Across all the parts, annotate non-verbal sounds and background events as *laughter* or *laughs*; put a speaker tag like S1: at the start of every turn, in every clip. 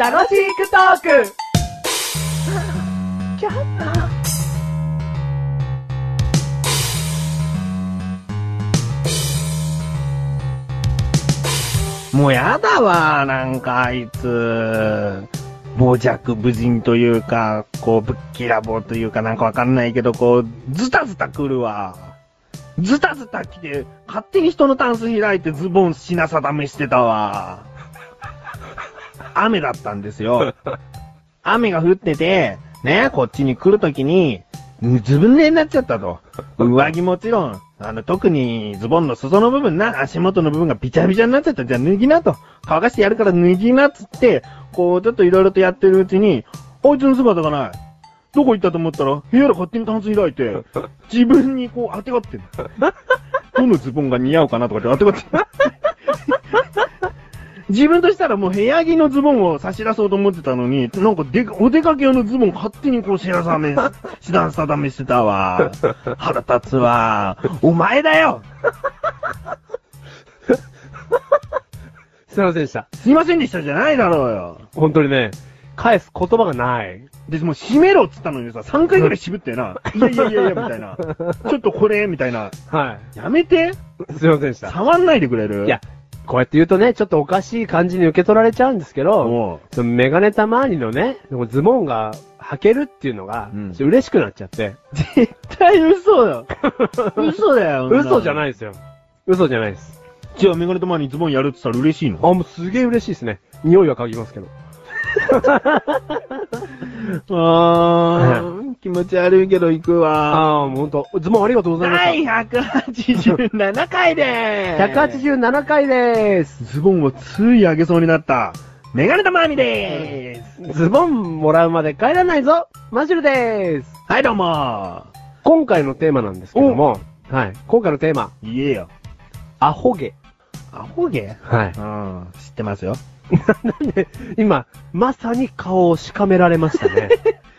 S1: 楽しくトーク
S2: もうやだわ、なんかあいつ。傍若無人というか、こう、ぶっきらぼうというかなんかわかんないけど、こう、ズタズタ来るわ。ズタズタ来て、勝手に人のタンス開いてズボン品定めしてたわ。雨だったんですよ。雨が降ってて、ね、こっちに来るときに、ずぶ濡れになっちゃったと。上着もちろん、あの、特にズボンの裾の部分な、足元の部分がびちゃびちゃになっちゃった。じゃあ脱ぎなと。乾かしてやるから脱ぎなっつって、こう、ちょっといろいろとやってるうちに、あいつの姿がない。どこ行ったと思ったら、部屋で勝手にタンス開いて、自分にこう当てがってんのどのズボンが似合うかなとかって当てがってんの自分としたらもう部屋着のズボンを差し出そうと思ってたのに、なんかでかお出かけ用のズボン勝手にこう知らさ
S3: *laughs*
S2: め、知らさだめしてたわ。腹立つわ。お前だよ
S3: すいませんでした。
S2: すいませんでしたじゃないだろうよ。
S3: 本当にね、返す言葉がない。
S2: で、もう閉めろっつったのにさ、3回ぐらい渋ってな。いやいやいやいや、みたいな。ちょっとこれ、みたいな。
S3: は
S2: やめて
S3: い。すいませんでした。
S2: 触んないでくれる
S3: いや、、こうやって言うとね、ちょっとおかしい感じに受け取られちゃうんですけど、
S2: も
S3: そのメガネた周りのね、ズボンが履けるっていうのが、
S2: うん
S3: ちょっと嬉しくなっちゃって。
S2: う、絶対嘘だ
S3: *laughs*
S2: よ。嘘だよ。
S3: 嘘じゃない
S2: い。
S3: ですよ。嘘じゃないです。
S2: じゃあ、メガネと前にズボンやるって言ったら嬉しい
S3: あ、
S2: の
S3: もうすげえ嬉しいですね。匂いは嗅ぎますけど。
S2: あー、気持ち悪いけど行くわ。
S3: ああ、もうほんと、ズボンありがとうございま
S2: 第
S3: し
S2: 187回で
S3: た。
S2: ーす。
S3: 187回でーす。
S2: ズボンをつい上げそうになった、メガネたまみでーす。
S3: ズボンもらうまで帰らないぞマジュルでーす
S2: はい、どうも
S3: 今回のテーマなんですけども、はい。今回のテーマ、
S2: ー。言えよ。
S3: アホ毛。
S2: アホゲ
S3: はい。
S2: うん、知ってますよ。
S3: *laughs* なんで、今、まさに顔をしかめられましたね。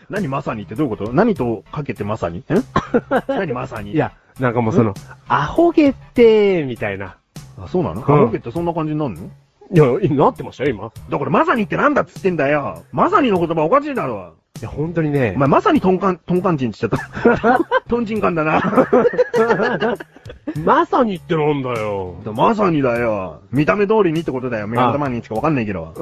S2: 何まさにってどういうこと何とかけてまさにん *laughs* 何まさに
S3: い、や、なんかもうその、アホ毛って、みたいな。
S2: あ、そうなの
S3: ん
S2: カラオケってそんな感じになるの
S3: いや、なってましたよ、今。
S2: だからまさにってなんだっつってんだよまさにの言葉おかしいだろ
S3: いや、本当にね
S2: お、前まさにトンカン、トンカンチンって言っちゃった。 *laughs* トンチンカンだな。
S3: *laughs* まさにってなんだよ。
S2: まさにだよ。見た目通りにってことだよ。目の玉にしかわかんないけど。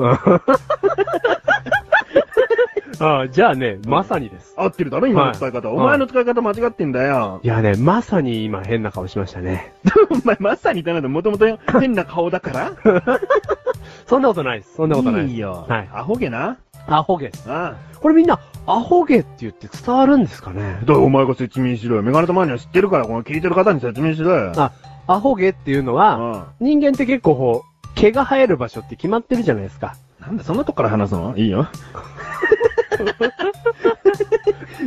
S3: ああ、じゃあね、まさにです。
S2: 合ってるだろ今の使い方。
S3: はい
S2: お前の使い方間違ってんだよ。
S3: いやね、まさに今変な顔しましたね。
S2: お前まさにってなんだもともと
S3: *laughs*
S2: 変な顔だから
S3: そんなことないです。そんなことないです。
S2: いいよ。
S3: はい。
S2: アホ毛な。
S3: アホ毛。
S2: あ
S3: これみんな、アホ毛って言って伝わるんですかね
S2: あ。だからお前が説明しろよ。メガネ玉には知ってるから、この聞いてる方に説明しろよ。
S3: あ、アホ毛っていうのは、
S2: うん。
S3: 人間って結構こう、毛が生える場所って決まってるじゃないですか。
S2: なんでそんなとこから話すのいいよ。 *laughs*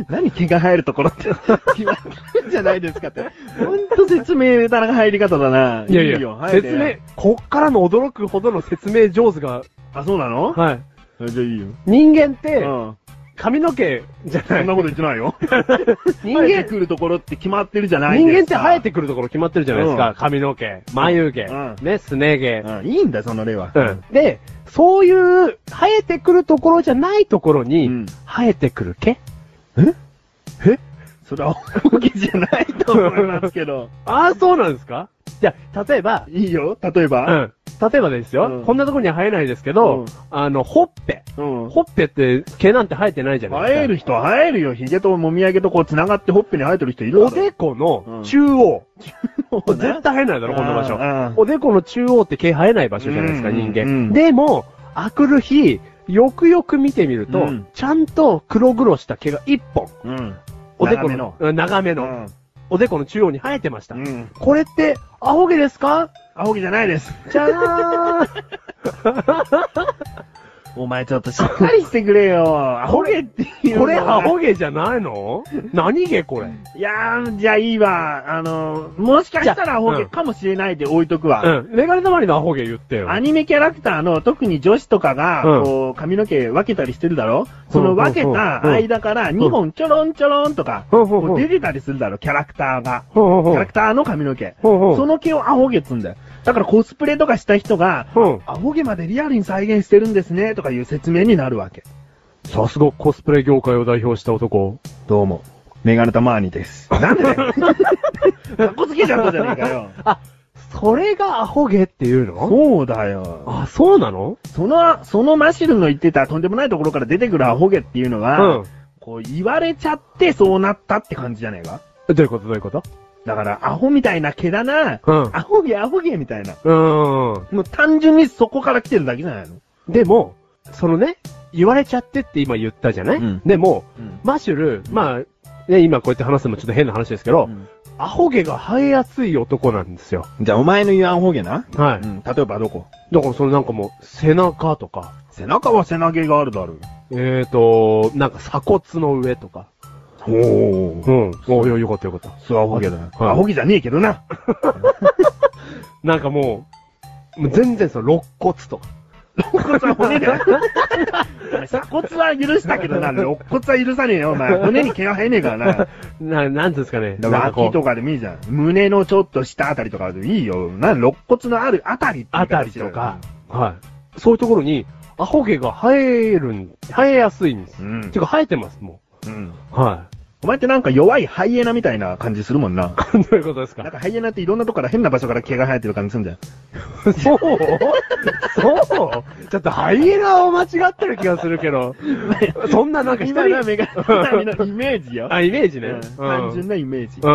S2: 何毛が生えるところって決まってるんじゃないですかって。ほんと説明下手な入り方だな。よ入れ
S3: 説明、こっからの驚くほどの説明上手が、
S2: あ、そうなの
S3: はい。
S2: じゃあいいよ。
S3: 人間って
S2: う、ん。
S3: 髪の毛じゃ
S2: そ
S3: なんい。
S2: なこと言ってないよ。
S3: *laughs* 人
S2: 生えて
S3: 間、
S2: くるところって決まってるじゃない
S3: 人間
S2: で
S3: っ
S2: す
S3: て
S2: か。
S3: 生えてくるところ決まってるじゃないです
S2: う
S3: か
S2: ん。
S3: 髪の毛、眉毛
S2: うん、
S3: ね、すね毛。
S2: うん、いいんだよ、その例は。
S3: うん。で、そういう、生えてくるところじゃないところに、
S2: うん
S3: 生えてくる毛
S2: それは大きいじゃないと思いますけ
S3: *laughs*
S2: ど。
S3: ああ、そうなんですかじゃあ、例えば、
S2: いいよ、例え
S3: う
S2: ば。
S3: ん。例えばですよ、
S2: うん
S3: こんなところには生えないですけど、
S2: うん
S3: あの、ほっぺ。
S2: うん
S3: ほっぺって毛なんて生えてないじゃないですか。
S2: 生える人は生えるよ。髭ともみあげとこう繋がってほっぺに生えてる人いる
S3: おでこの中央。
S2: こ
S3: 絶対生えないだろ、こんな場所。
S2: 所。
S3: おでこの中央って毛生えない場所じゃないですか、
S2: うん
S3: 人間。
S2: うん
S3: でも、あくる日、よくよく見てみると、
S2: うん
S3: ちゃんと黒々した毛が一本。
S2: うん。
S3: おでこ
S2: 長めの
S3: の、うん長めの、おでこの中央に生えてました。
S2: うん。うん。
S3: これって、アホ毛ですか
S2: アホ毛じゃないです。
S3: じゃーん
S2: お前ちょっとしっかりしてくれよ。アホ毛っていうのは
S3: これアホ毛じゃないの何毛これ
S2: いやー、じゃあいいわ。あの、もしかしたらアホ
S3: じ
S2: 毛
S3: ゃあうん
S2: かもしれないで置いとくわ。
S3: うん。メガネたまりのアホ毛言ってよ。
S2: アニメキャラクターの特に女子とか
S3: う
S2: が、
S3: ん
S2: こう、髪の毛分けたりしてるだろ
S3: ん
S2: その分けた間から2本ちょろんちょろんとか、
S3: ほうほう
S2: こ
S3: ほ
S2: う
S3: う
S2: 出てたりするだろキャラクターが。
S3: ほうほう
S2: キ
S3: ほ
S2: ャ
S3: う
S2: ラクターの髪の毛。
S3: ほうほう
S2: その毛をアホ毛っつうんだよ。だからコスプレとかした人が、
S3: うん。
S2: 青毛までリアルに再現してるんですね、とかいう説明になるわけ。
S3: さすがコスプレ業界を代表した男。
S2: どうも。メガネタマーニです。なんでだよ。かっこつけちゃったじゃねえかよ。
S3: *laughs* それがアホ毛っていうの
S2: そうだよ。
S3: あ、そうなの
S2: その、そのマシルの言ってたとんでもないところから出てくるアホ毛っていうの
S3: う
S2: は、
S3: ん。
S2: こう言われちゃってそうなったって感じじゃねえか
S3: どういうことどういうこと
S2: だから、アホみたいな毛だな、
S3: うん。
S2: アホ毛アホ毛みたいな。
S3: う
S2: もう単純にそこから来てるだけじゃないの
S3: ん。でも、そのね、言われちゃってって今言ったじゃない、
S2: うん
S3: でも、
S2: うん。
S3: マシュル、まあ、ね、今こうやって話すのもちょっと変な話ですけど、アホ毛が生えやすい男なんですよ。
S2: じゃあ、お前の言うアホ毛な。。
S3: はいう
S2: ん。例えばどこ
S3: だからそのなんかもう、背中とか、
S2: 背中は背中毛があるだろう。
S3: えーと、なんか鎖骨の上とか。
S2: おお
S3: う。ん。およ、よかったよかった。
S2: そう、アホ毛だよ。
S3: はい
S2: アホ毛じゃねえけどな。
S3: なんかもう、もう全然その、肋骨とか。
S2: 肋骨は骨だ *laughs* よ。お前鎖骨は許したけどな、肋骨は許さねえよ、お前。骨に毛が生えねえからな。
S3: な、なんていうんですかね。
S2: だか
S3: なん
S2: ら
S3: かこ
S2: 脇
S3: う、
S2: とかでもいいじゃん。胸のちょっと下あたりとかでいいよ。な、肋骨のあるあたりって言
S3: あ
S2: い方
S3: たり
S2: してる
S3: とか。、はい。そういうところに、アホ毛が生えるん、生えやすいんです
S2: う。ん
S3: て。か生えてます、も
S2: うん。
S3: う。は
S2: お前ってなんか弱いハイエナみたいな感じするもん
S3: *laughs*
S2: な。 *laughs*
S3: い。どういうことです
S2: なん
S3: か
S2: かハイエナっていろんなとこから変な場所から毛が生えてる感じすん
S3: *laughs*
S2: じゃん。
S3: そうそうちょっとハイエナを間違ってる気がする
S2: *laughs*
S3: けど。そんななんか一
S2: 今
S3: 人
S2: の、メガネのイメージよ。
S3: あ、イメージね。
S2: うん
S3: うん
S2: 単純なイメージ。
S3: う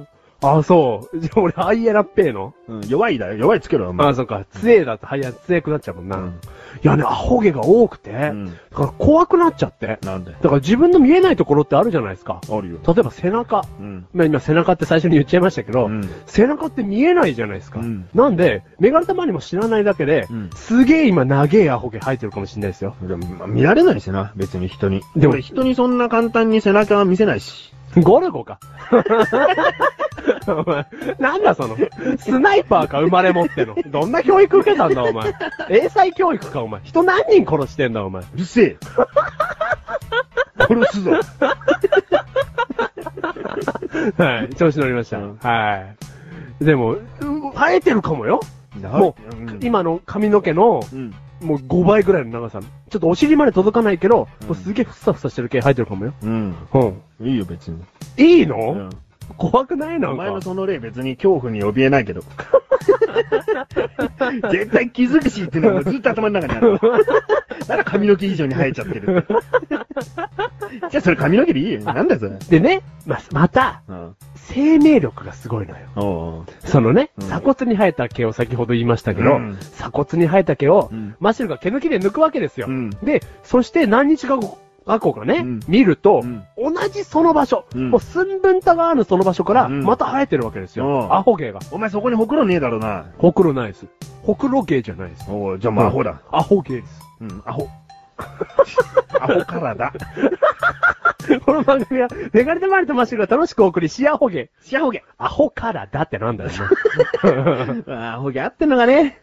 S3: ん。あ、そう。じゃあ俺、ハイエナっぺーの
S2: うん弱いだよ。弱いつけろよ、お前。
S3: あ、そっか。杖だとハイエナ杖くなっちゃうもんな。
S2: うん
S3: いやね、アホ毛が多くて、
S2: う
S3: だ
S2: ん
S3: から怖くなっちゃって。だ
S2: なんで
S3: から自分の見えないところってあるじゃないですか。
S2: あるよ。
S3: 例えば背中。
S2: うん。
S3: まあ今背中って最初に言っちゃいましたけど、背中って見えないじゃないですか。
S2: うん
S3: なんで、メガネたまにも知らないだけで、
S2: うん
S3: すげえ今長えアホ毛生えてるかもしれないですよ。
S2: でも、まあ見られないしな、別に人に。
S3: でも
S2: 俺人にそんな簡単に背中は見せないし。
S3: ゴルゴか。お前、なんだその、スナイパーか生まれ持っての。どんな教育受けたんだお前。英才教育かお前。人何人殺してんだお前。
S2: うるせえ殺すぞ。
S3: はい、調子乗りました。
S2: うん
S3: はい。でも、う生えてるかもよ。も
S2: う、うん、
S3: 今の髪の毛の、
S2: うん。
S3: もう5倍ぐらいの長さの。ちょっとお尻まで届かないけど、
S2: うん
S3: もうすげえふさふさしてる毛生えてるかもよ。
S2: うん。
S3: うん。
S2: いいよ、別に。
S3: いいうの、
S2: ん
S3: 怖くないな
S2: お
S3: んか。
S2: 前のその例別に恐怖に怯えない *laughs* けど。絶対気づくしっていうのがもうずっと頭の中にある。だから髪の毛以上に生えちゃって *laughs* るって。じゃあそれ髪の毛でいいよ。なんだよそれ。
S3: でね、ま、また、
S2: うん。
S3: 生命力がすごいのよ。
S2: おう
S3: そのね、
S2: うん
S3: 鎖骨に生えた毛を先ほど言いましたけど、
S2: うん
S3: 鎖骨に生えた毛を、
S2: うん
S3: マシュルが毛抜きで抜くわけですよ。
S2: うん
S3: で、そして何日か後後かね、
S2: うん
S3: 見ると、
S2: うん
S3: 同じその場所、
S2: うん
S3: もう寸分たがあるその場所から、
S2: うん
S3: また生えてるわけですよ。
S2: うん
S3: アホ毛が。
S2: お前そこにほくろねえだろうな。
S3: ほくろないです。ほくろ毛じゃないです。
S2: おうじゃあもうアホだ。
S3: アホ毛です。
S2: うん、アホ。アホからだ。
S3: *laughs* この番組は、メガネとマリとマシュルが楽しくお送りし、アホ毛。
S2: シアホゲ。 *laughs*
S3: アホからだってなんだよ。
S2: アホゲあってんのがね。